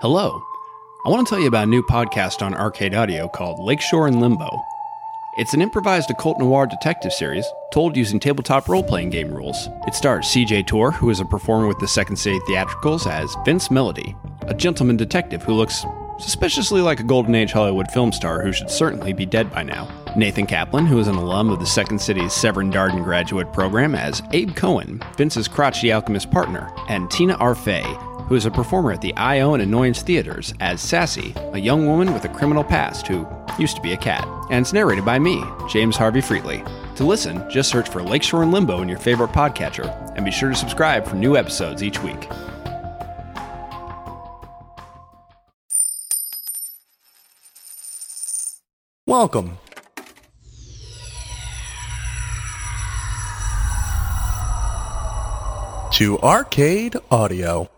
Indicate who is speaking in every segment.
Speaker 1: Hello. I want to tell you about a new podcast on Arcade Audio called Lakeshore in Limbo. It's an improvised occult noir detective series told using tabletop role playing game rules. It stars CJ Tor, who is a performer with the Second City Theatricals, as Vince Melody, a gentleman detective who looks suspiciously like a Golden Age Hollywood film star who should certainly be dead by now. Nathan Kaplan, who is an alum of the Second City's Severn Darden graduate program, as Abe Cohen, Vince's crotchety alchemist partner, and Tina Arfey, who is a performer at the I Own Annoyance Theaters as Sassy, a young woman with a criminal past who used to be a cat. And it's narrated by me, James Harvey Freetley. To listen, just search for Lakeshore and Limbo in your favorite podcatcher, and be sure to subscribe for new episodes each week.
Speaker 2: Welcome. To Arcade Audio.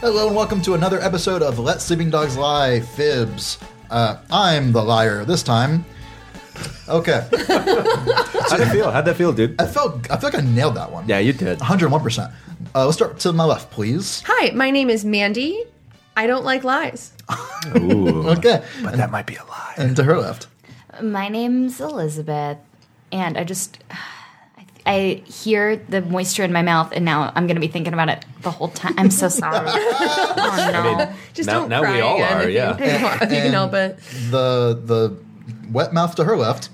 Speaker 3: Hello and welcome to another episode of Let Sleeping Dogs Lie Fibs. Uh, I'm the liar this time. Okay,
Speaker 2: How'd that feel? How'd that feel, dude?
Speaker 3: I felt I feel like I nailed that one.
Speaker 2: Yeah, you did.
Speaker 4: Oh,
Speaker 3: 101. percent uh, Let's start to my left, please.
Speaker 5: Hi, my name is Mandy. I don't like lies.
Speaker 3: Okay,
Speaker 2: But that might be a lie.
Speaker 3: and to her left.
Speaker 6: My name's Elizabeth, and I just I, I hear the moisture in my mouth, and now I'm gonna be thinking about it the whole time. I'm so sorry. oh no!
Speaker 5: Just
Speaker 4: Now-
Speaker 5: don't
Speaker 4: now
Speaker 5: cry
Speaker 4: we all
Speaker 5: again
Speaker 4: are,
Speaker 5: if you-
Speaker 4: yeah.
Speaker 5: if you, want- if you can help it.
Speaker 3: The the wet mouth to her left.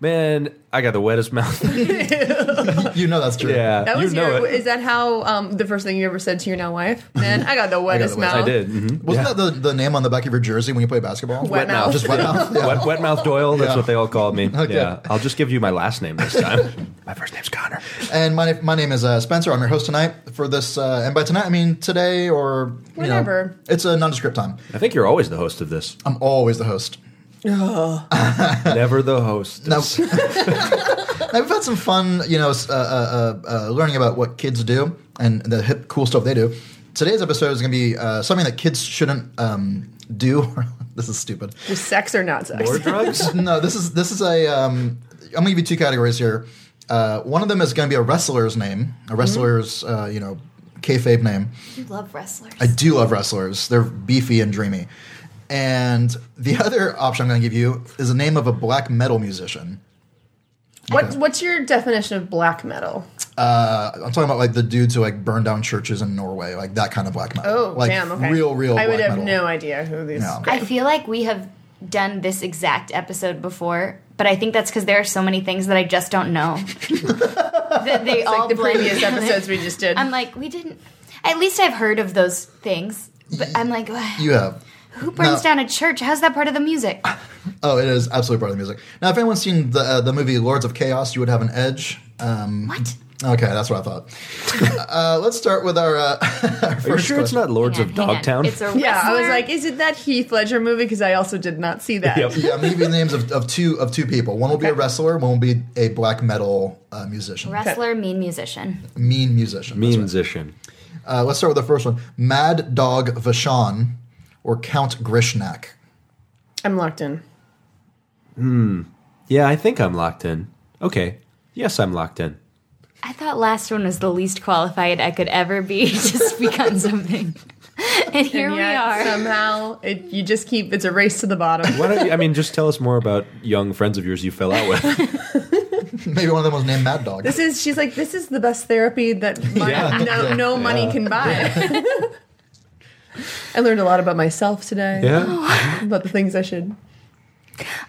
Speaker 4: Man, I got the wettest mouth.
Speaker 3: You know that's true.
Speaker 4: yeah,
Speaker 5: That was
Speaker 4: you know
Speaker 5: your.
Speaker 4: it.
Speaker 5: Is that how um, the first thing you ever said to your now wife? Man, I got the wettest
Speaker 3: wettest-
Speaker 5: mouth.
Speaker 4: I did.
Speaker 6: Oh.
Speaker 4: mhm.
Speaker 3: Wasn't that the, the name on the back of your jersey when you play basketball?
Speaker 5: Wet, mouth.
Speaker 3: Just wet mouth. Yeah.
Speaker 4: Wet, wet mouth Doyle. That's
Speaker 3: Yeah.
Speaker 4: what they all called me.
Speaker 3: Okay.
Speaker 4: Yeah, I'll just give you my last name this time. my first name's Connor.
Speaker 3: And my my name is uh, Spencer. I'm your host tonight for this. Uh, and by tonight, I mean today or you know,
Speaker 5: Whenever.
Speaker 3: it's a nondescript time.
Speaker 4: I think you're always the host of this.
Speaker 3: I'm always the host.
Speaker 4: Never the host.
Speaker 3: Now, now we've had some fun, you know, s- uh, uh, uh, uh, learning about what kids do and the hip, cool stuff they do. Today's episode is going to be uh, something that kids shouldn't um, do. this is stupid.
Speaker 5: Was sex or not sex?
Speaker 4: More drugs.
Speaker 3: No, this is this is a. Um, I'm going to give you two categories here. Uh, one of them is going to be a wrestler's name, a wrestler's, uh, you know, kayfabe name.
Speaker 6: You love wrestlers.
Speaker 3: I do love wrestlers. They're beefy and dreamy. And the other option I'm going to give you is the name of a black metal musician.
Speaker 5: What, what's your definition of black metal?
Speaker 3: I'm talking about like the dudes who like burn down churches in Norway, like that kind of black metal.
Speaker 5: Oh,
Speaker 3: like
Speaker 5: damn. Okay.
Speaker 3: real, real.
Speaker 5: I would
Speaker 3: black
Speaker 5: have
Speaker 3: metal.
Speaker 5: no idea who these.
Speaker 3: No.
Speaker 6: I feel like we have done this exact episode before, but I think that's because there are so many things that I just don't know. that they all
Speaker 5: Like the
Speaker 6: blend
Speaker 5: previous
Speaker 6: together.
Speaker 5: episodes we just did.
Speaker 6: I'm like, we didn't. At least I've heard of those things, but I'm like,
Speaker 3: You have.
Speaker 6: who
Speaker 3: no.
Speaker 6: burns down a church? How's that part of the music?
Speaker 3: Oh, it is absolutely part of the music. Now, if anyone's seen the uh, the movie Lords of Chaos, you would have an edge. Um,
Speaker 6: What?
Speaker 3: Okay, that's what I thought. uh, let's start with our, uh, our
Speaker 4: Are you
Speaker 3: first
Speaker 4: sure it's
Speaker 3: question.
Speaker 4: not Lords
Speaker 6: Hang
Speaker 4: of
Speaker 6: on, hang on.
Speaker 4: Dogtown?
Speaker 6: It's a
Speaker 5: yeah, I was
Speaker 6: wrestler?
Speaker 5: like, is it that Heath Ledger movie? Because I also did not see that.
Speaker 4: Yep.
Speaker 3: Yeah, I'm gonna give you the names of, of two of two people. One will be a
Speaker 5: Okay.
Speaker 3: wrestler. One will be a black metal uh, musician,
Speaker 6: wrestler, mean musician.
Speaker 3: mean musician.
Speaker 4: Mean musician.
Speaker 3: Uh, let's start with the first one: Mad Dog Vashon or Count Grishnak.
Speaker 5: I'm locked in.
Speaker 4: Yeah, I think I'm locked in. Okay. Yes, I'm locked in.
Speaker 6: I thought last one was the least qualified I could ever be to speak on something. And here
Speaker 5: And
Speaker 6: we
Speaker 5: yet,
Speaker 6: are.
Speaker 5: Somehow, it, you just keep. It's a race to the bottom.
Speaker 4: Why don't you, I mean, just tell us more about young friends of yours you fell out with.
Speaker 3: Maybe one of them was named Mad Dog.
Speaker 5: This is she's like this is the best therapy that mon-
Speaker 4: Yeah.
Speaker 5: no no money can buy. I learned a lot about myself today.
Speaker 4: Yeah.
Speaker 5: About the things I should.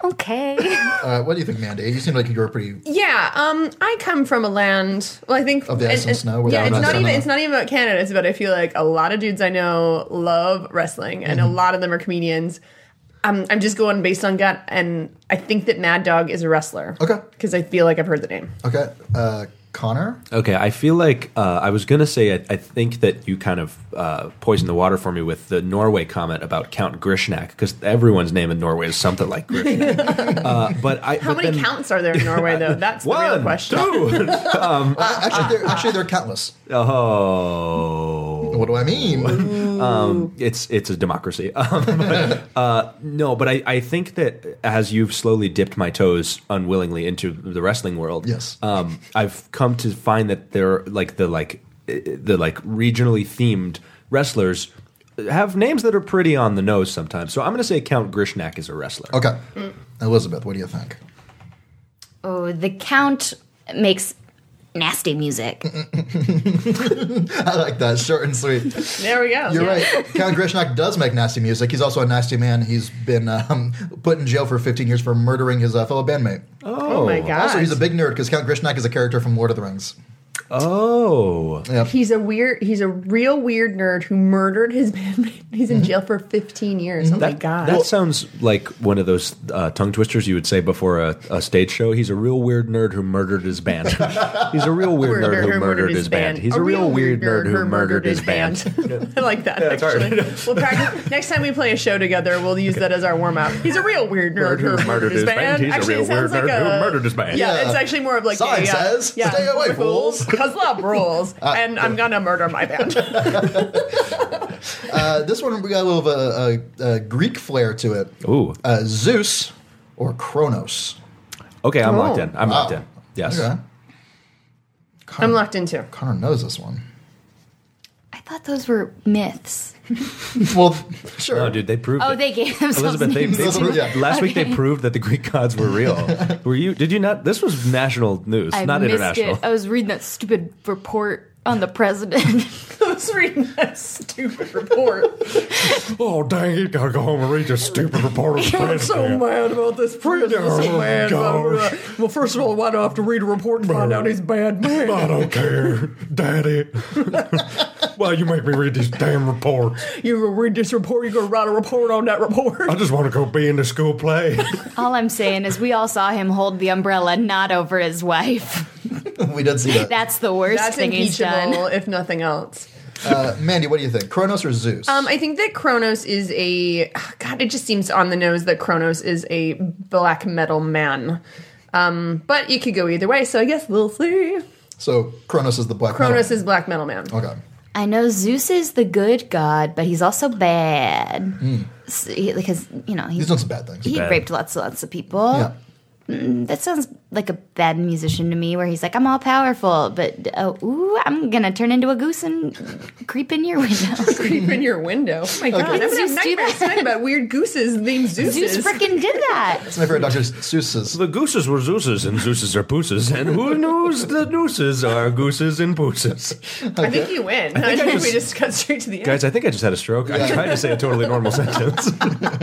Speaker 6: okay.
Speaker 3: Uh, what do you think, Mandy? You seem like you were pretty.
Speaker 5: Yeah, um I come from a land well I think
Speaker 3: Of the ice and snow, where they're
Speaker 5: Yeah, it's
Speaker 3: not
Speaker 5: not even
Speaker 3: snow.
Speaker 5: it's not even about Canada, it's about I feel like a lot of dudes I know love wrestling and
Speaker 3: Mm-hmm.
Speaker 5: a lot of them are comedians. Um, I'm just going based on gut and I think that Mad Dog is a wrestler.
Speaker 3: Okay.
Speaker 5: Because I feel like I've heard the name.
Speaker 3: Okay, uh, Connor.
Speaker 4: Okay, I feel like uh, I was gonna say I, I think that you kind of uh, poisoned the water for me with the Norway comment about Count Grishnak because everyone's name in Norway is something like Grishnak. uh, but I
Speaker 5: How many counts are there in Norway though? That's the real
Speaker 4: One,
Speaker 5: question.
Speaker 4: two.
Speaker 3: Uh, Actually, they're actually they're countless.
Speaker 4: oh,
Speaker 3: what do I mean?
Speaker 4: it's it's a democracy. Um, but, uh, no, but I, I think that as you've slowly dipped my toes unwillingly into the wrestling world,
Speaker 3: Yes.
Speaker 4: um, I've come to find that they're like the like eh, the like regionally themed wrestlers have names that are pretty on the nose sometimes. So I'm going to say Count Grishnak is a wrestler.
Speaker 3: Okay, Elizabeth, what do you think?
Speaker 6: Oh, the count makes nasty music.
Speaker 3: I like that, short and sweet.
Speaker 5: There we go.
Speaker 3: You're right. Count Grishnak does make nasty music. He's also a nasty man. He's been um, put in jail for 15 years for murdering his uh, fellow bandmate.
Speaker 5: Oh my god.
Speaker 3: Also, he's a big nerd because Count Grishnak is a character from Lord of the Rings.
Speaker 4: Oh,
Speaker 5: He's a weird. He's a real weird nerd who murdered his bandmate. He's in jail for 15 years. Oh my god.
Speaker 4: that sounds like one of those uh, tongue twisters you would say before a, a stage show. He's a real weird nerd who murdered his band. He's a real weird nerd who murdered his band. He's a real weird nerd who murdered his band.
Speaker 5: I like that.
Speaker 4: it's hard.
Speaker 5: actually, we'll practice next time we play a show together. We'll use that as our warm up. He's a real weird nerd who murdered his band.
Speaker 4: He's a
Speaker 5: Actually,
Speaker 4: real
Speaker 5: it sounds
Speaker 4: weird
Speaker 5: like
Speaker 4: nerd who
Speaker 5: a-
Speaker 4: murdered his band.
Speaker 5: Yeah,
Speaker 3: Yeah.
Speaker 5: it's actually more of like
Speaker 3: Sign
Speaker 5: yeah, yeah,
Speaker 3: says,
Speaker 5: yeah,
Speaker 3: "Stay away, fools."
Speaker 5: Cause love rules,
Speaker 4: Uh,
Speaker 5: and I'm gonna murder my band.
Speaker 3: Uh, this one we got a little of a, a, a Greek flair to it.
Speaker 4: Ooh.
Speaker 3: Uh, Zeus or Kronos.
Speaker 4: Okay, I'm locked
Speaker 5: Oh.
Speaker 4: in. I'm locked in. Yes.
Speaker 3: Okay.
Speaker 5: I'm locked into.
Speaker 3: Connor knows this one.
Speaker 6: I thought those were myths.
Speaker 3: Well, sure.
Speaker 4: No, dude, they proved.
Speaker 6: Oh,
Speaker 4: it.
Speaker 6: they gave themselves
Speaker 4: Elizabeth, they,
Speaker 6: names.
Speaker 4: they proved,
Speaker 3: Yeah.
Speaker 4: last week they proved that the Greek gods were real. Were you? Did you not? This was national news,
Speaker 6: I
Speaker 4: not
Speaker 6: missed
Speaker 4: international.
Speaker 6: it. I was reading that stupid report on the president.
Speaker 5: I was reading that stupid report.
Speaker 2: Oh, dang it. Gotta go home and read your stupid report of the
Speaker 5: I'm so
Speaker 2: president.
Speaker 5: mad about this president.
Speaker 2: Oh,
Speaker 5: so mad.
Speaker 2: gosh.
Speaker 5: Uh, well, first of all, why do I have to read a report and find out he's a bad man?
Speaker 2: I don't care, Daddy. Why you make me read these damn reports?
Speaker 5: You gonna read this report. You're gonna write a report on that report.
Speaker 2: I just want to go be in the school play.
Speaker 6: all I'm saying is we all saw him hold the umbrella not over his wife.
Speaker 3: we did see that.
Speaker 6: That's the worst
Speaker 5: That's
Speaker 6: thing he's done.
Speaker 5: impeachable, if nothing else.
Speaker 3: Uh, Mandy, what do you think? Kronos or Zeus?
Speaker 5: Um, I think that Kronos is a God. It just seems on the nose that Kronos is a black metal man. Um, but you could go either way, so I guess we'll see.
Speaker 3: so Kronos is the black.
Speaker 5: Kronos
Speaker 3: metal.
Speaker 5: is black metal man.
Speaker 3: Okay.
Speaker 6: I know Zeus is the good god, but he's also bad. S- he- because you know
Speaker 3: He's
Speaker 6: he's,
Speaker 3: done some Hmm. bad things.
Speaker 6: he raped lots and lots of people.
Speaker 3: Yeah.
Speaker 6: That sounds like a bad musician to me, where he's like, "I'm all powerful, but uh, ooh, I'm gonna turn into a goose and creep in your window."
Speaker 5: Creep in your window. Oh my god, I'm gonna have
Speaker 6: Zeus do
Speaker 5: nightmares
Speaker 6: that?
Speaker 5: tonight about weird gooses named Zeus.
Speaker 6: Zeus freaking did that.
Speaker 3: It's my favorite Dr. Seuss's.
Speaker 4: The gooses were Zeus's and Zeus's are pooses, and who knows the nooses are gooses and pooses.
Speaker 5: I think you win. I think, we just got straight to the end.
Speaker 4: Guys, I think I just had a stroke. I tried to say a totally normal sentence.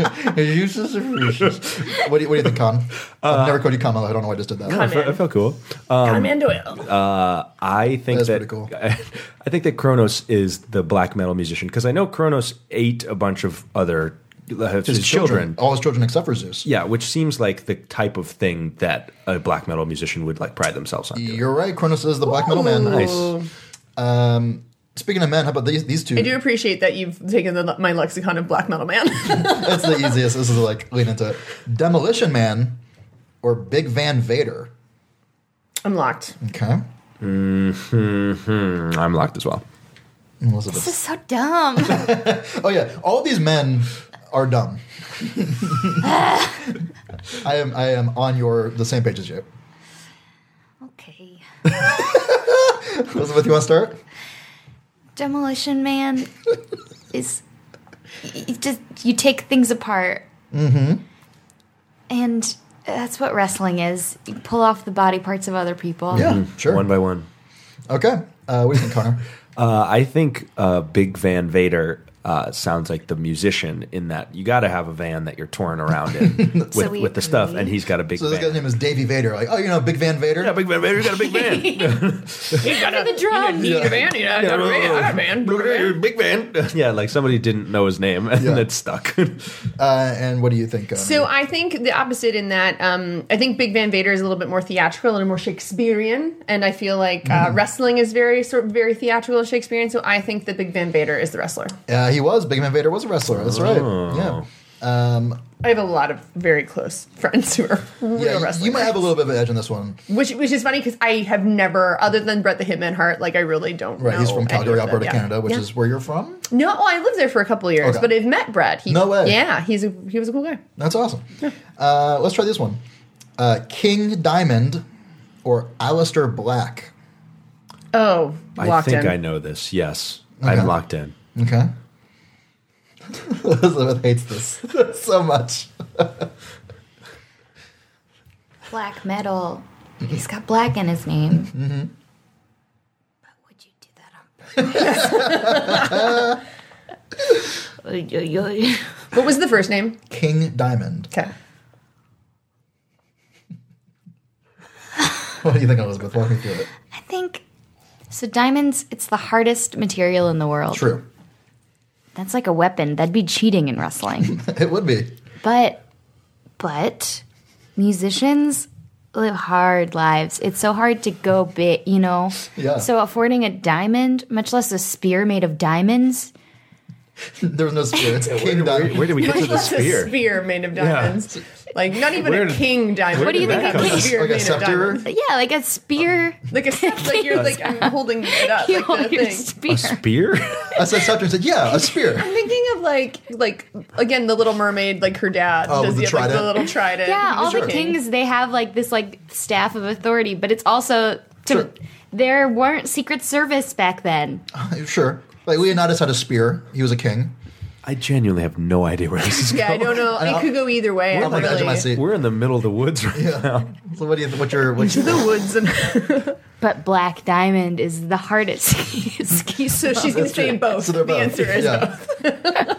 Speaker 3: Seuss's or Seuss's? what, do you, what do you think, Con?
Speaker 4: Uh,
Speaker 3: I've never called you Kamala. I don't know why I just did that.
Speaker 4: I felt, I felt cool. Uh,
Speaker 5: I'm into it.
Speaker 4: I think
Speaker 3: That's
Speaker 4: that
Speaker 3: pretty cool.
Speaker 4: I, think that Kronos is the black metal musician because I know Kronos ate a bunch of other uh, his, children.
Speaker 3: All his children except for Zeus.
Speaker 4: Yeah, which seems like the type of thing that a black metal musician would like pride themselves on. doing.
Speaker 3: You're right. Kronos is the black metal man.
Speaker 4: Nice.
Speaker 3: Um, speaking of men, how about these, these two?
Speaker 5: I do appreciate that you've taken the, my lexicon of black metal man.
Speaker 3: That's the easiest. This is like lean into it. Demolition Man or Big Van Vader.
Speaker 5: I'm locked.
Speaker 3: Okay.
Speaker 4: I'm locked as well.
Speaker 6: This
Speaker 3: Elizabeth.
Speaker 6: is so dumb.
Speaker 3: Oh yeah, all these men are dumb. I am. I am on your the same page as you.
Speaker 6: okay,
Speaker 3: Elizabeth, you want to start?
Speaker 6: Demolition Man is you just you take things apart, mm-hmm. and that's what wrestling is. You pull off the body parts of other people.
Speaker 3: Yeah, sure.
Speaker 4: Mm-hmm. One by one.
Speaker 3: okay. Uh, what do you think, Connor?
Speaker 4: Uh, I think uh, Big Van Vader uh, sounds like the musician in that you got to have a van that you're touring around in with,
Speaker 6: So we
Speaker 4: with the stuff,
Speaker 6: agree.
Speaker 4: and he's got a big
Speaker 3: So this
Speaker 4: van.
Speaker 3: guy's name is Davy Vader. Like, oh, you know, Big Van Vader.
Speaker 4: yeah, Big Van Vader, you got a big van.
Speaker 6: the drums.
Speaker 5: Need a man, you know, I got a man, I got a man,
Speaker 4: Look at
Speaker 5: man.
Speaker 4: that, Big Van. Yeah, like somebody didn't know his name, and
Speaker 3: Yeah.
Speaker 4: it stuck.
Speaker 3: Uh, and what do you think? Um,
Speaker 5: So I think the opposite in that um, I think Big Van Vader is a little bit more theatrical and more Shakespearean, and I feel like
Speaker 3: Mm-hmm.
Speaker 5: uh, wrestling is very sort of very theatrical and Shakespearean. So I think that Big Van Vader is the wrestler.
Speaker 3: uh, he was Big Van Vader was a wrestler. That's right. Yeah. Um,
Speaker 5: I have a lot of very close friends who are real
Speaker 3: Yeah, you-
Speaker 5: wrestlers.
Speaker 3: you might have a little bit of an edge on this one.
Speaker 5: which which is funny because I have never, other than Brett the Hitman Hart, like I really don't.
Speaker 3: Right,
Speaker 5: know
Speaker 3: he's from
Speaker 5: any of
Speaker 3: Calgary,
Speaker 5: them,
Speaker 3: Alberta,
Speaker 5: yeah.
Speaker 3: Canada, which
Speaker 5: Yeah.
Speaker 3: is where you're from.
Speaker 5: no. Well, I lived there for a couple of years,
Speaker 3: Okay.
Speaker 5: but I've met Brett. He,
Speaker 3: No way.
Speaker 5: Yeah, he's a, he was a cool guy.
Speaker 3: That's awesome. Uh, let's try this one. Uh, King Diamond or Alistair Black.
Speaker 5: Oh,
Speaker 4: I
Speaker 5: locked
Speaker 4: think
Speaker 5: in.
Speaker 4: I know this. Yes,
Speaker 3: Okay.
Speaker 4: I'm locked in.
Speaker 3: Okay. Elizabeth hates this so much.
Speaker 6: Black metal. He's got black in his name. Mm-hmm. But would you do that on purpose? Oy, oy, oy.
Speaker 5: What was the first name?
Speaker 3: King Diamond.
Speaker 5: Okay.
Speaker 3: What do you think, Elizabeth? Walk me through it.
Speaker 6: I think so. Diamonds. It's the hardest material in the world.
Speaker 3: True.
Speaker 6: That's like a weapon. That'd be cheating in wrestling.
Speaker 3: It would be.
Speaker 6: but, but musicians live hard lives. It's so hard to go big, you know.
Speaker 3: Yeah.
Speaker 6: So affording a diamond, much less a spear made of diamonds,
Speaker 3: There was no spear. It's King Diamond.
Speaker 4: Where do we get to the
Speaker 5: That's a
Speaker 4: spear?
Speaker 5: spear made of diamonds. Like not even
Speaker 4: Where
Speaker 5: a
Speaker 4: did-
Speaker 5: king diamond.
Speaker 6: What do you
Speaker 4: did
Speaker 6: think
Speaker 4: that
Speaker 6: a
Speaker 4: come
Speaker 6: king?
Speaker 5: spear
Speaker 3: Like a
Speaker 5: made of
Speaker 3: scepter?
Speaker 5: diamonds?
Speaker 6: Yeah, like a spear.
Speaker 5: Like a scepter. like you're like I'm holding it up.
Speaker 6: you
Speaker 5: Like
Speaker 6: hold
Speaker 5: that
Speaker 6: your
Speaker 5: thing.
Speaker 6: spear.
Speaker 4: Spear?
Speaker 3: I said scepter and said, yeah, a spear.
Speaker 5: I'm thinking of like like again the Little Mermaid, like her dad.
Speaker 3: Oh,
Speaker 5: does
Speaker 3: with the
Speaker 5: he have like the
Speaker 3: trident?
Speaker 5: little trident?
Speaker 6: Yeah,
Speaker 5: He
Speaker 6: all
Speaker 5: was
Speaker 6: the
Speaker 5: a king.
Speaker 6: kings they have like this like staff of authority, but it's also to,
Speaker 3: Sure.
Speaker 6: there weren't secret service back then.
Speaker 3: Sure. Like Leonidas had a spear. He was a king.
Speaker 4: I genuinely have no idea where this is going.
Speaker 5: Yeah, I don't know.
Speaker 3: know.
Speaker 5: It could go either way.
Speaker 3: I'm
Speaker 5: I'm
Speaker 3: on the edge of my
Speaker 5: really
Speaker 3: seat.
Speaker 4: We're in the middle of the woods right now.
Speaker 3: So what do you? What's your? What's
Speaker 5: to
Speaker 3: your
Speaker 5: the woods, and
Speaker 6: But black diamond is the hardest. ski-
Speaker 5: so she's gonna say both.
Speaker 3: so they're
Speaker 5: The
Speaker 3: both.
Speaker 5: answer is
Speaker 3: yeah.
Speaker 5: both.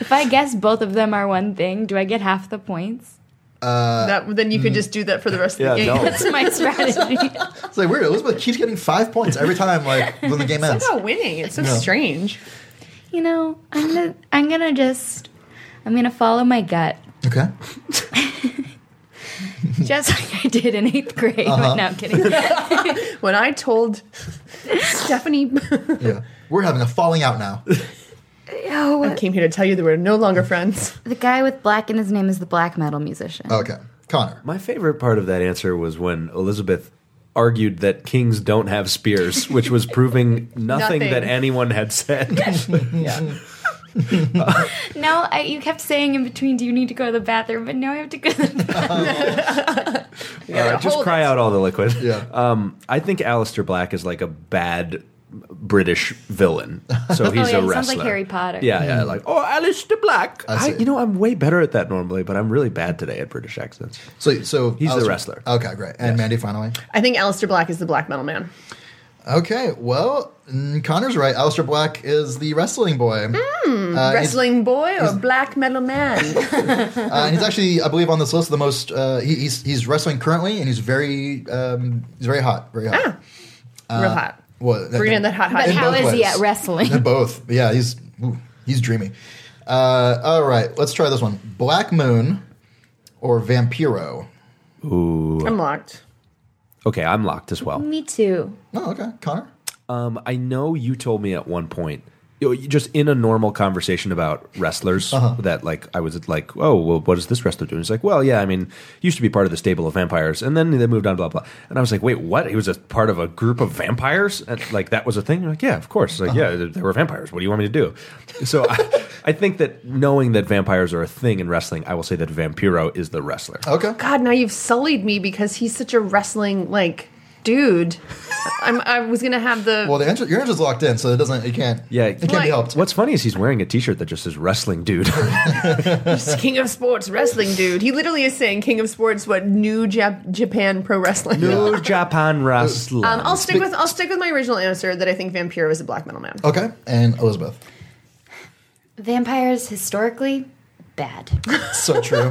Speaker 6: if I guess both of them are one thing, do I get half the points?
Speaker 5: That then you could
Speaker 3: Hmm.
Speaker 5: just do that for the rest of the
Speaker 4: Yeah,
Speaker 5: game.
Speaker 4: no.
Speaker 6: That's my strategy.
Speaker 3: It's like weird. Elizabeth keeps getting five points every time, like when the game ends.
Speaker 5: Somehow winning. It's so
Speaker 3: Yeah.
Speaker 5: strange.
Speaker 6: you know, I'm gonna I'm gonna just I'm gonna follow my gut.
Speaker 3: Okay.
Speaker 6: Just like I did in eighth grade. No, I'm kidding.
Speaker 5: When I told Stephanie,
Speaker 3: Yeah. We're having a falling out now.
Speaker 6: Oh,
Speaker 5: I came here to tell you that we're no longer friends.
Speaker 6: the guy with black in his name is the black metal musician.
Speaker 3: Okay. Connor.
Speaker 4: My favorite part of that answer was when Elizabeth argued that kings don't have spears, which was proving nothing,
Speaker 5: Nothing.
Speaker 4: that anyone had said. Uh,
Speaker 5: Yeah.
Speaker 6: No, I, you kept saying in between, "Do you need to go to the bathroom?" But now I have to go. To the bathroom.
Speaker 4: Uh, just
Speaker 5: hold
Speaker 4: cry
Speaker 5: it.
Speaker 4: out all the liquid.
Speaker 3: Yeah.
Speaker 4: Um, I think Alistair Black is like a bad British villain. So he's
Speaker 6: Oh, yeah,
Speaker 4: a
Speaker 6: he
Speaker 4: wrestler.
Speaker 6: sounds like Harry Potter.
Speaker 4: Yeah, yeah. Like, oh, Alistair Black. I
Speaker 3: see.
Speaker 4: you know, I'm way better at that normally, but I'm really bad today at British accents.
Speaker 3: So so
Speaker 4: He's the
Speaker 3: Alistair-
Speaker 4: wrestler.
Speaker 3: Okay, great. And Mandy finally.
Speaker 5: I think Alistair Black is the black metal man.
Speaker 3: Okay. Well, mm, Connor's right. Alistair Black is the wrestling boy. Uh, he's-
Speaker 5: Wrestling boy or black metal man?
Speaker 3: Uh, and he's actually, I believe, on this list the most. Uh, he, he's he's wrestling currently, and he's very um, he's very hot, very hot.
Speaker 5: Ah,
Speaker 3: Uh,
Speaker 5: Real hot.
Speaker 3: Well, that-
Speaker 5: Bring in that hot, hot.
Speaker 6: But
Speaker 5: heat.
Speaker 6: how
Speaker 3: both
Speaker 6: is he
Speaker 3: ways.
Speaker 6: at wrestling?
Speaker 3: They're both. Yeah, he's ooh, he's dreamy. Uh, all right, let's try this one. Black Moon or Vampiro?
Speaker 5: I'm locked.
Speaker 4: Okay, I'm locked as well.
Speaker 6: Me too.
Speaker 3: Oh, okay, Connor.
Speaker 4: Um, I know you told me at one point, you know, you- just in a normal conversation about wrestlers,
Speaker 3: Uh-huh.
Speaker 4: that like I was like, oh, well, what is this wrestler doing? He's like, well, yeah, I mean, used to be part of the stable of vampires, and then they moved on, blah blah. And I was like, wait, what? He was a part of a group of vampires, and, like that was a thing. Like, yeah, of course,
Speaker 3: Uh-huh.
Speaker 4: like yeah, there there were vampires. What do you want me to do? So I, I think that knowing that vampires are a thing in wrestling, I will say that Vampiro is the wrestler.
Speaker 3: Okay,
Speaker 5: God, now you've sullied me because he's such a wrestling like dude. I'm, I was gonna have the
Speaker 3: well, the answer, your answer's locked in, so it doesn't. It can't.
Speaker 4: Yeah.
Speaker 3: it can't
Speaker 5: Like-
Speaker 3: be helped.
Speaker 4: What's funny is he's wearing a T-shirt that just says "Wrestling Dude."
Speaker 5: king of sports wrestling dude. He literally is saying king of sports, what new Jap- Japan pro wrestling.
Speaker 3: Oh,
Speaker 4: New
Speaker 3: Uh,
Speaker 4: Japan wrestling.
Speaker 5: Um, I'll stick with I'll stick with my original answer that I think Vampiro is a black metal man.
Speaker 3: Okay, and Elizabeth.
Speaker 6: Vampires historically bad.
Speaker 3: So true.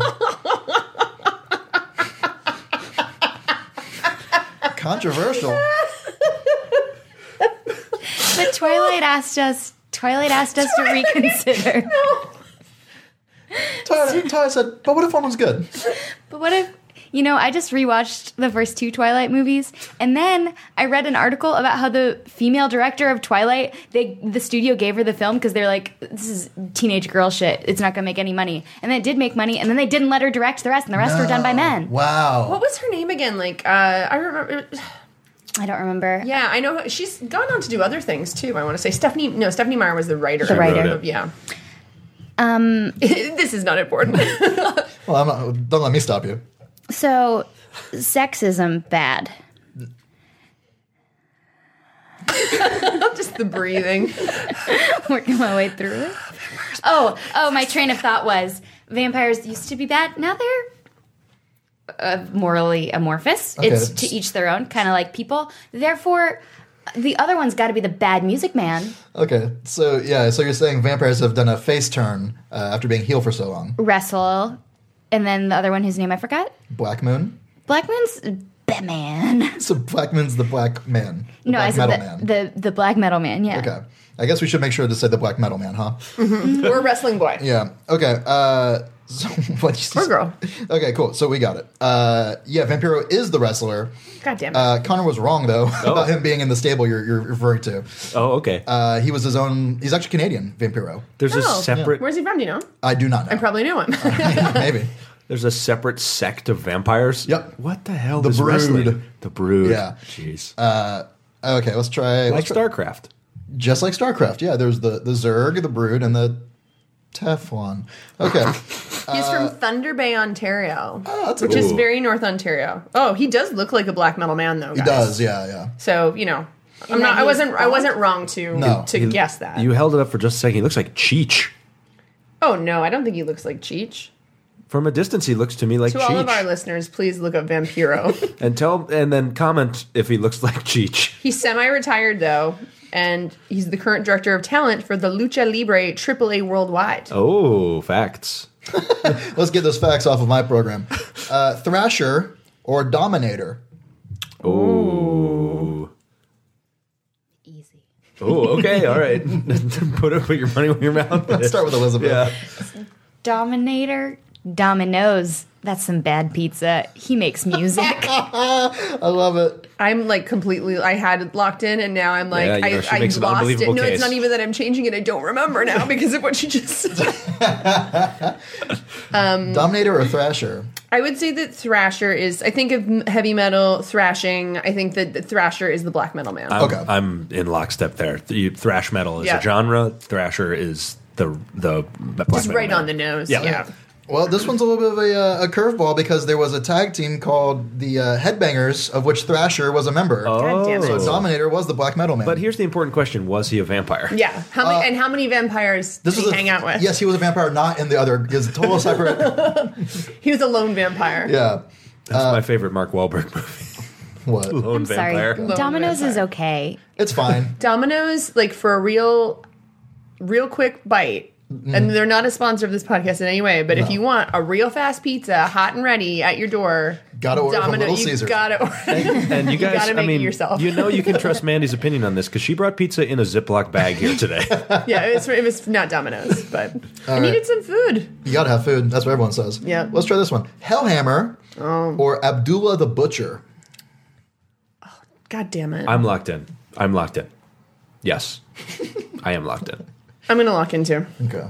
Speaker 3: Controversial.
Speaker 6: But Twilight asked us. Twilight asked us to reconsider.
Speaker 3: Ty, Ty said, but what if one was good?
Speaker 6: But what if you know, I just rewatched the first two Twilight movies, and then I read an article about how the female director of Twilight, they the studio gave her the film because they're like, this is teenage girl shit. It's not gonna make any money, and then it did make money, and then they didn't let her direct the rest, and the rest were done by men.
Speaker 3: Ah, Wow.
Speaker 5: What was her name again? Like, uh, I remember.
Speaker 6: I don't remember.
Speaker 5: Yeah, I know. She's gone on to do other things too. I want to say Stephanie. No, Stephanie Meyer was the writer.
Speaker 6: The writer.
Speaker 4: Wrote it.
Speaker 5: Yeah. Um. this is not important.
Speaker 3: Well, I'm not, don't let me stop you.
Speaker 6: So, sexism bad.
Speaker 5: Just the breathing.
Speaker 6: working my way through it. Oh, oh, my train of thought was vampires used to be bad. Now they're uh, morally amorphous. It's to
Speaker 3: that's-
Speaker 6: each their own, kind of like people. Therefore, the other one's got to be the bad music man.
Speaker 3: Okay, so yeah, so you're saying vampires have done a face turn uh, after being healed for so long.
Speaker 6: Wrestle. And then the other one whose name I forgot?
Speaker 3: Black Moon?
Speaker 6: Black Moon's Batman.
Speaker 3: So Black Moon's the black man. The
Speaker 6: No,
Speaker 3: black
Speaker 6: I said
Speaker 3: metal
Speaker 6: the,
Speaker 3: man.
Speaker 6: the, the black metal man, yeah.
Speaker 3: okay. I guess we should make sure to say the black metal man, huh?
Speaker 5: We're wrestling boy.
Speaker 3: Yeah. Okay. Uh, so what you
Speaker 5: Or girl.
Speaker 3: Okay, cool. So we got it. Uh, yeah, Vampiro is the wrestler.
Speaker 5: God damn it.
Speaker 3: Uh, Connor was wrong though about him being in the stable you're, you're referring to.
Speaker 4: Oh, okay.
Speaker 3: Uh, he was his own. He's actually Canadian, Vampiro.
Speaker 4: there's a
Speaker 5: Oh.
Speaker 4: separate.
Speaker 5: Where's he from? Do you know?
Speaker 3: I do not know.
Speaker 5: I probably know him.
Speaker 3: Uh, Maybe.
Speaker 4: There's a separate sect of vampires.
Speaker 3: Yep.
Speaker 4: What the hell?
Speaker 3: The
Speaker 4: is
Speaker 3: Brood.
Speaker 4: wrestling? The brood.
Speaker 3: Yeah. Uh,
Speaker 4: Jeez.
Speaker 3: Okay, let's try.
Speaker 4: like
Speaker 3: let's try-
Speaker 4: StarCraft.
Speaker 3: just like StarCraft. Yeah, there's the the Zerg, the Brood, and the Teflon. Okay.
Speaker 5: He's
Speaker 3: uh,
Speaker 5: from Thunder Bay, Ontario,
Speaker 3: that's
Speaker 5: which is
Speaker 4: cool.
Speaker 5: very North Ontario. Oh, he does look like a black metal man, though.
Speaker 3: He does, yeah, yeah.
Speaker 5: So you know, I'm
Speaker 6: that
Speaker 5: not. I
Speaker 6: he's
Speaker 5: wasn't. I
Speaker 6: bald?
Speaker 5: wasn't wrong to
Speaker 3: No.
Speaker 5: to guess that.
Speaker 4: You held it up for just a second. He looks like Cheech.
Speaker 5: oh no, I don't think he looks like Cheech.
Speaker 4: From a distance, he looks to me like
Speaker 5: To
Speaker 4: Cheech.
Speaker 5: all of our listeners, please look up Vampiro.
Speaker 4: and tell and then comment if he looks like Cheech.
Speaker 5: he's semi-retired though, and he's the current director of talent for the Lucha Libre AAA Worldwide.
Speaker 4: Oh, facts.
Speaker 3: Let's get those facts off of my program. Uh, Thrasher or Dominator?
Speaker 4: Oh.
Speaker 6: Easy.
Speaker 4: Oh, okay, all right. put it, put your money where your mouth.
Speaker 3: Let's
Speaker 4: is.
Speaker 3: start with Elizabeth.
Speaker 4: Yeah.
Speaker 6: Dominator. Dominoes. That's some bad pizza. He makes music.
Speaker 3: I love it.
Speaker 5: I'm like completely. I had it locked in, and now I'm like,
Speaker 4: Yeah, you know,
Speaker 5: I,
Speaker 4: she
Speaker 5: I
Speaker 4: makes
Speaker 5: lost
Speaker 4: an
Speaker 5: it.
Speaker 4: unbelievable
Speaker 5: No,
Speaker 4: case.
Speaker 5: it's not even that I'm changing it. I don't remember now because of what you just said.
Speaker 3: Dominator or Thrasher?
Speaker 5: I would say that Thrasher is. I think of m- heavy metal thrashing. I think that the Thrasher is the black metal man.
Speaker 4: I'm,
Speaker 3: Okay.
Speaker 4: I'm in lockstep there. Th- Thrash metal is
Speaker 5: Yeah.
Speaker 4: a genre. Thrasher is the the
Speaker 5: It's right on the nose. Yeah.
Speaker 3: Well, this one's a little bit of a, uh, a curveball because there was a tag team called the uh, Headbangers, of which Thrasher was a member.
Speaker 5: God damn
Speaker 3: So
Speaker 5: it.
Speaker 3: Dominator was the black metal man.
Speaker 4: Oh. But here's the important question: Was he a vampire?
Speaker 5: Yeah. How many and how many vampires did he
Speaker 3: a-
Speaker 5: hang out with?
Speaker 3: Yes, he was a vampire, not in the other. He was a total separate.
Speaker 5: He was a lone vampire.
Speaker 3: yeah.
Speaker 4: That's my favorite Mark Wahlberg movie.
Speaker 3: What?
Speaker 4: Lone
Speaker 6: I'm
Speaker 4: vampire.
Speaker 6: sorry. Dominoes is okay.
Speaker 3: It's fine.
Speaker 5: Domino's like for a real real quick bite. And they're not a sponsor of this podcast in any way, but if you want a real fast pizza, hot and ready at your door,
Speaker 3: Gotta order from
Speaker 5: Domino,
Speaker 3: Little
Speaker 5: you
Speaker 3: Caesars.
Speaker 5: gotta order.
Speaker 4: And you guys,
Speaker 5: gotta make
Speaker 4: I
Speaker 5: it
Speaker 4: mean,
Speaker 5: yourself.
Speaker 4: you know, you can trust Mandy's opinion on this because she brought pizza in a Ziploc bag here today.
Speaker 5: yeah, it was, it was not Domino's, but I needed some food.
Speaker 3: You gotta have food. That's what everyone says.
Speaker 5: Yeah.
Speaker 3: Let's try this one. Hellhammer
Speaker 5: Oh.
Speaker 3: or Abdullah the Butcher.
Speaker 5: God damn it! I'm,
Speaker 4: I'm locked in. I'm locked in. Yes, I am locked in.
Speaker 5: gonna lock into.
Speaker 3: Okay.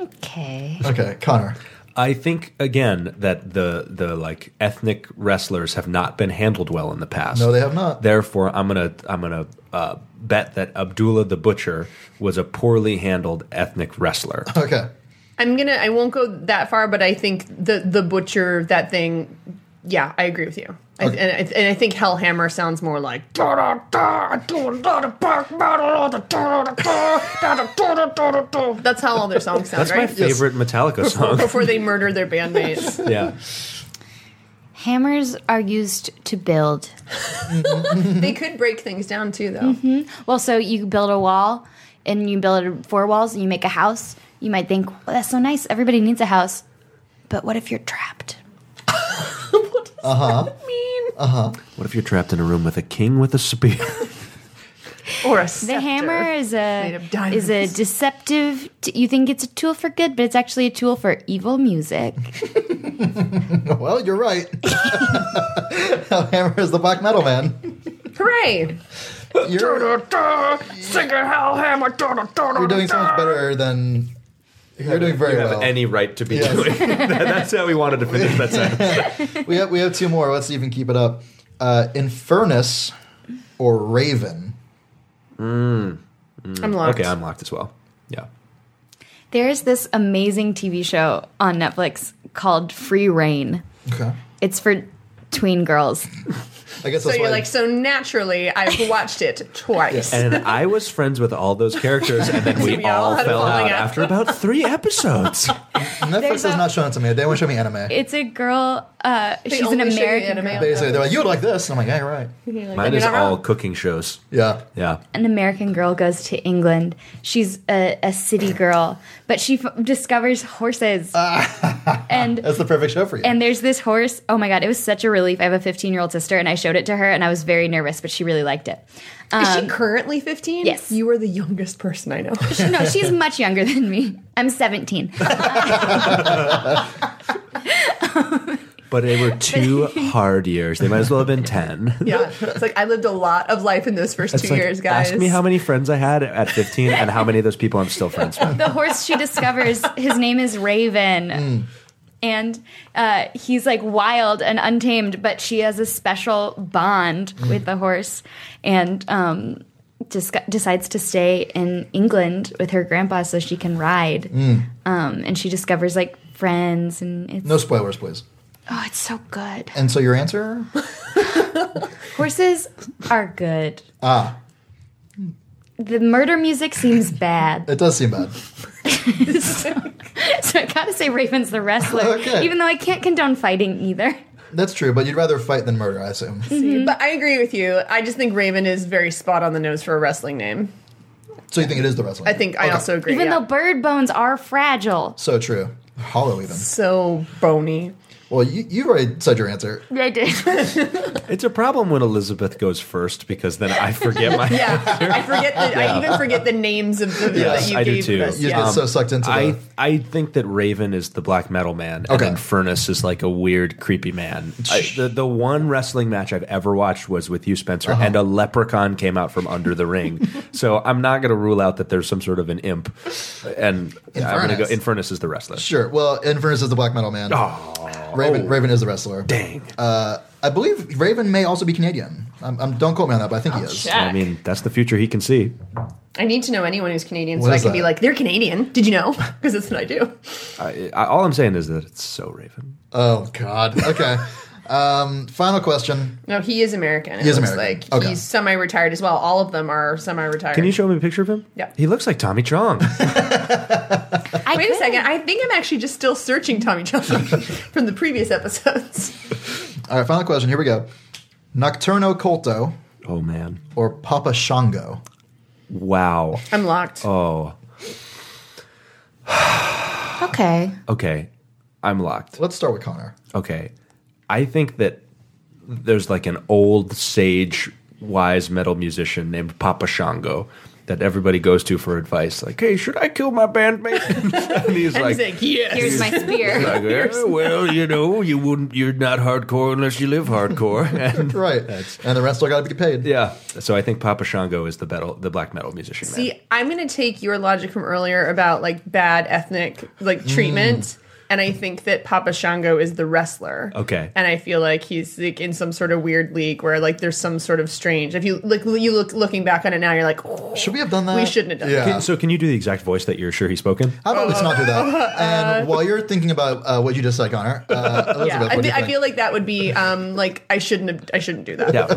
Speaker 6: Okay.
Speaker 3: Okay, Connor.
Speaker 4: I think again that the the like ethnic wrestlers have not been handled well in the past.
Speaker 3: No, they have not.
Speaker 4: Therefore, I'm gonna I'm gonna uh, bet that Abdullah the Butcher was a poorly handled ethnic wrestler.
Speaker 3: Okay.
Speaker 5: I'm gonna. I won't go that far, but I think the the butcher that thing. Yeah, I agree with you. I, and, I, and I think Hellhammer sounds more like da da da da da da bark battle da da da da da da da da da da da. That's how all their songs sound,
Speaker 4: That's my
Speaker 5: right?
Speaker 4: favorite Metallica song.
Speaker 5: Before they murder their bandmates.
Speaker 4: yeah,
Speaker 6: Hammers are used to build
Speaker 5: they could break things down too, though.
Speaker 6: Well, so you build a wall and you build four walls and you make a house. You might think, well, that's so nice. Everybody needs a house. But what if you're trapped?
Speaker 5: Mean.
Speaker 4: What if you're trapped in a room with a king with a spear?
Speaker 5: Or a
Speaker 6: The
Speaker 5: scepter
Speaker 6: hammer is
Speaker 5: made
Speaker 6: a
Speaker 5: of diamonds.
Speaker 6: is a deceptive. T- you think it's a tool for good, but it's actually a tool for evil music.
Speaker 3: Well, you're right. Hammer is the black metal man.
Speaker 5: Hooray!
Speaker 3: You're,
Speaker 2: Sing a hell hammer.
Speaker 3: you're doing so much better than. You're doing very
Speaker 4: you have
Speaker 3: well.
Speaker 4: any right to be
Speaker 3: Yes.
Speaker 4: doing. that, that's how we wanted to finish that sentence.
Speaker 3: we have we have two more. Let's see if we can keep it up. Uh, Infernus or Raven.
Speaker 5: I'm locked.
Speaker 4: Okay, I'm locked as well. Yeah.
Speaker 6: There is this amazing TV show on Netflix called Free Reign.
Speaker 3: Okay.
Speaker 6: It's for tween girls.
Speaker 3: I guess
Speaker 5: so
Speaker 3: that's
Speaker 5: you're
Speaker 3: why
Speaker 5: like, so naturally, I've watched it twice.
Speaker 4: And I was friends with all those characters, and then we,
Speaker 5: We all
Speaker 4: all
Speaker 5: had a
Speaker 4: fell out
Speaker 5: falling out.
Speaker 4: after about three episodes.
Speaker 3: Netflix
Speaker 6: there's
Speaker 3: has
Speaker 6: a-
Speaker 3: not shown it to me. They won't show me anime.
Speaker 6: It's a girl. Uh, she's an
Speaker 5: only show you
Speaker 6: American.
Speaker 5: anime
Speaker 6: girl,
Speaker 5: on-
Speaker 3: they say they're like, you'd like this, and I'm like, yeah, you're right.
Speaker 4: Mine
Speaker 5: You're
Speaker 4: is
Speaker 5: not
Speaker 4: all
Speaker 5: wrong.
Speaker 4: cooking shows.
Speaker 3: Yeah.
Speaker 4: Yeah.
Speaker 6: an American girl goes to England. She's a, a city girl, but she f- discovers horses. and
Speaker 3: That's the perfect show for you.
Speaker 6: and there's this horse. Oh my god, it was such a relief. I have a 15 year old sister, and I showed it to her, and I was very nervous, but she really liked it.
Speaker 5: Is she currently 15?
Speaker 6: Um, yes.
Speaker 5: You are the youngest person I know.
Speaker 6: She- no, she's much younger than me. I'm 17.
Speaker 4: But they were two hard years. They might as well have been 10.
Speaker 5: yeah. It's like I lived a lot of life in those first
Speaker 4: It's
Speaker 5: two
Speaker 4: like,
Speaker 5: years, guys.
Speaker 4: Ask me how many friends I had at 15 and how many of those people I'm still friends with.
Speaker 6: the horse she discovers, his name is Raven.
Speaker 3: Hmm.
Speaker 6: And uh, he's like wild and untamed, but she has a special bond
Speaker 3: Hmm.
Speaker 6: with the horse and um, disc- decides to stay in England with her grandpa so she can ride. Um, and she discovers like friends, and it's,
Speaker 3: Hmm. no spoilers, please.
Speaker 6: oh, it's so good.
Speaker 3: And so your answer?
Speaker 6: Horses are good. Ah. The murder music seems bad.
Speaker 3: It does seem bad.
Speaker 6: So I gotta say, Raven's the wrestler,
Speaker 3: Okay.
Speaker 6: even though I can't condone fighting either.
Speaker 3: That's true, but you'd rather fight than murder, I assume.
Speaker 6: Mm-hmm.
Speaker 5: But I agree with you. I just think Raven is very spot on the nose for a wrestling name.
Speaker 3: So you think it is the wrestling?
Speaker 5: I think I also agree.
Speaker 6: Even
Speaker 5: yeah.
Speaker 6: though bird bones are fragile.
Speaker 3: So true. Hollow even.
Speaker 5: so bony.
Speaker 3: Well, you, you've already said your answer.
Speaker 6: I did.
Speaker 4: It's a problem when Elizabeth goes first because then I forget my.
Speaker 5: Yeah, I forget. The, I even forget the names of the
Speaker 4: Yes,
Speaker 5: that you
Speaker 4: I do
Speaker 5: gave
Speaker 4: too.
Speaker 5: us.
Speaker 3: You
Speaker 5: Yeah.
Speaker 3: get so sucked into
Speaker 4: I
Speaker 3: the.
Speaker 4: I think that Raven is the black metal man,
Speaker 3: Okay.
Speaker 4: and Furnace is like a weird, creepy man. I, the the one wrestling match I've ever watched was with you, Spencer, and a leprechaun came out from under the ring. so I'm not going to rule out that there's some sort of an imp, and I'm going to go.
Speaker 3: Infernus.
Speaker 4: Infernus is the wrestler.
Speaker 3: Sure. Well, Infernus is the black metal man. Raven, Raven is the wrestler.
Speaker 4: Oh.
Speaker 3: Uh,
Speaker 4: Dang.
Speaker 3: I believe Raven may also be Canadian. I'm, I'm, don't quote me on that, but I
Speaker 5: Oh,
Speaker 3: think he is.
Speaker 4: I mean, that's the future he can see.
Speaker 5: I need to know anyone who's Canadian so
Speaker 3: What
Speaker 5: I
Speaker 3: is
Speaker 5: can be
Speaker 3: that?
Speaker 5: like, they're Canadian. Did you know? Because that's what I do.
Speaker 4: I, I, all I'm saying is that it's so Raven.
Speaker 3: Oh God. Okay. um, final question.
Speaker 5: No, he is
Speaker 3: He
Speaker 5: American.
Speaker 3: is
Speaker 5: it looks
Speaker 3: American.
Speaker 5: Like
Speaker 3: Okay.
Speaker 5: he's semi-retired as well. All of them are semi-retired.
Speaker 4: Can you show me a picture of him?
Speaker 5: Yeah.
Speaker 4: He looks like Tommy Chong.
Speaker 6: I
Speaker 5: Wait a
Speaker 6: couldn't.
Speaker 5: second. I think I'm actually just still searching Tommy John from the previous episodes.
Speaker 3: All right. Final question. Here we go. Nocturno Colto
Speaker 4: oh man.
Speaker 3: or Papa Shango?
Speaker 4: Wow.
Speaker 5: I'm locked.
Speaker 4: Oh.
Speaker 6: Okay.
Speaker 4: Okay. I'm locked.
Speaker 3: Let's start with Connor.
Speaker 4: Okay. I think that there's like an old sage wise metal musician named Papa Shango that everybody goes to for advice like, "Hey, should I kill my bandmate?" and he's like,
Speaker 5: He's
Speaker 3: Oh.
Speaker 5: like, yes.
Speaker 6: Here's my spear.
Speaker 4: like, "Eh, well, you know, you wouldn't you're not hardcore unless you live hardcore. And
Speaker 3: Right. and the rest still got to be paid.
Speaker 4: yeah. So I think Papa Shango is the metal the black metal musician man.
Speaker 5: See, I'm going to take your logic from earlier about like bad ethnic like
Speaker 3: Mm.
Speaker 5: treatment. And I think that Papa Shango is the wrestler.
Speaker 4: Okay.
Speaker 5: And I feel like he's like in some sort of weird league where like there's some sort of strange. If you like you look looking back on it now, you're like, oh,
Speaker 3: Should we have done that?
Speaker 5: We shouldn't have done
Speaker 3: Yeah.
Speaker 5: that.
Speaker 4: Can- Uh, so can you do the exact voice that you're sure he spoke in?
Speaker 3: How about let's not do that? And while you're thinking about uh, what you just said, Connor, uh, Elizabeth,
Speaker 5: Yeah,
Speaker 3: what
Speaker 5: I,
Speaker 3: do
Speaker 5: fe-
Speaker 3: you
Speaker 5: I
Speaker 3: think?
Speaker 5: feel like that would be um like I shouldn't have, I shouldn't do that.
Speaker 4: Yeah.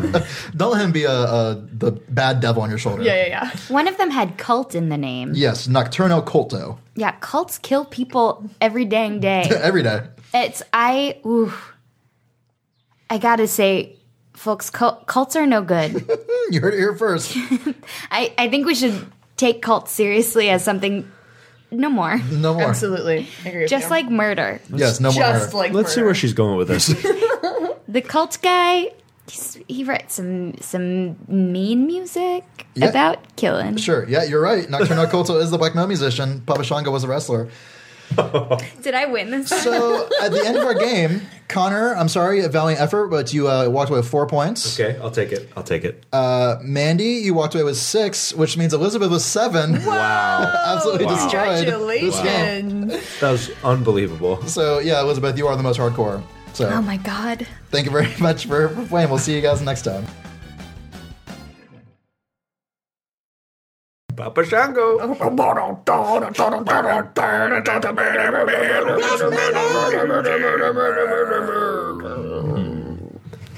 Speaker 3: don't let him be a, a the bad devil on your shoulder.
Speaker 5: yeah, yeah. yeah.
Speaker 6: One of them had cult in the name.
Speaker 3: Yes, Nocturno Colto
Speaker 6: Yeah, cults kill people every dang day.
Speaker 3: every day.
Speaker 6: It's I. Ooh. I gotta say, folks, cult, cults are no good.
Speaker 3: You heard it here first.
Speaker 6: I I think we should take cults seriously as something. No more.
Speaker 3: No more.
Speaker 5: Absolutely, I agree with
Speaker 6: Just
Speaker 5: you.
Speaker 6: like murder.
Speaker 3: Yes, no more.
Speaker 5: just like
Speaker 4: Let's see
Speaker 5: murder.
Speaker 4: where she's going with this.
Speaker 6: The cult guy he's, he writes some some mean music
Speaker 3: Yeah.
Speaker 6: about killing.
Speaker 3: Sure. Yeah, you're right. Nocturno Culto is the black metal musician. Papa Shango was the wrestler.
Speaker 6: Did I win this?
Speaker 3: So at the end of our game, Connor, I'm sorry, a valiant effort, but you uh, walked away with four points.
Speaker 4: Okay, I'll take it. I'll take it.
Speaker 3: Mandy, you walked away with six, which means Elizabeth was seven.
Speaker 4: wow,
Speaker 3: Absolutely
Speaker 5: Wow.
Speaker 3: destroyed. this game.
Speaker 5: Congratulations.
Speaker 4: that was unbelievable.
Speaker 3: So yeah, Elizabeth, you are the most hardcore. So
Speaker 6: oh my god.
Speaker 3: thank you very much for for playing. We'll see you guys next time.
Speaker 4: Papa Shango.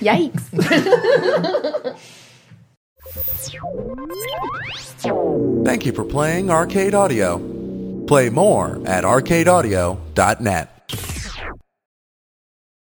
Speaker 6: Yikes.
Speaker 7: Thank you for playing Arcade Audio. Play more at arcadeaudio.net.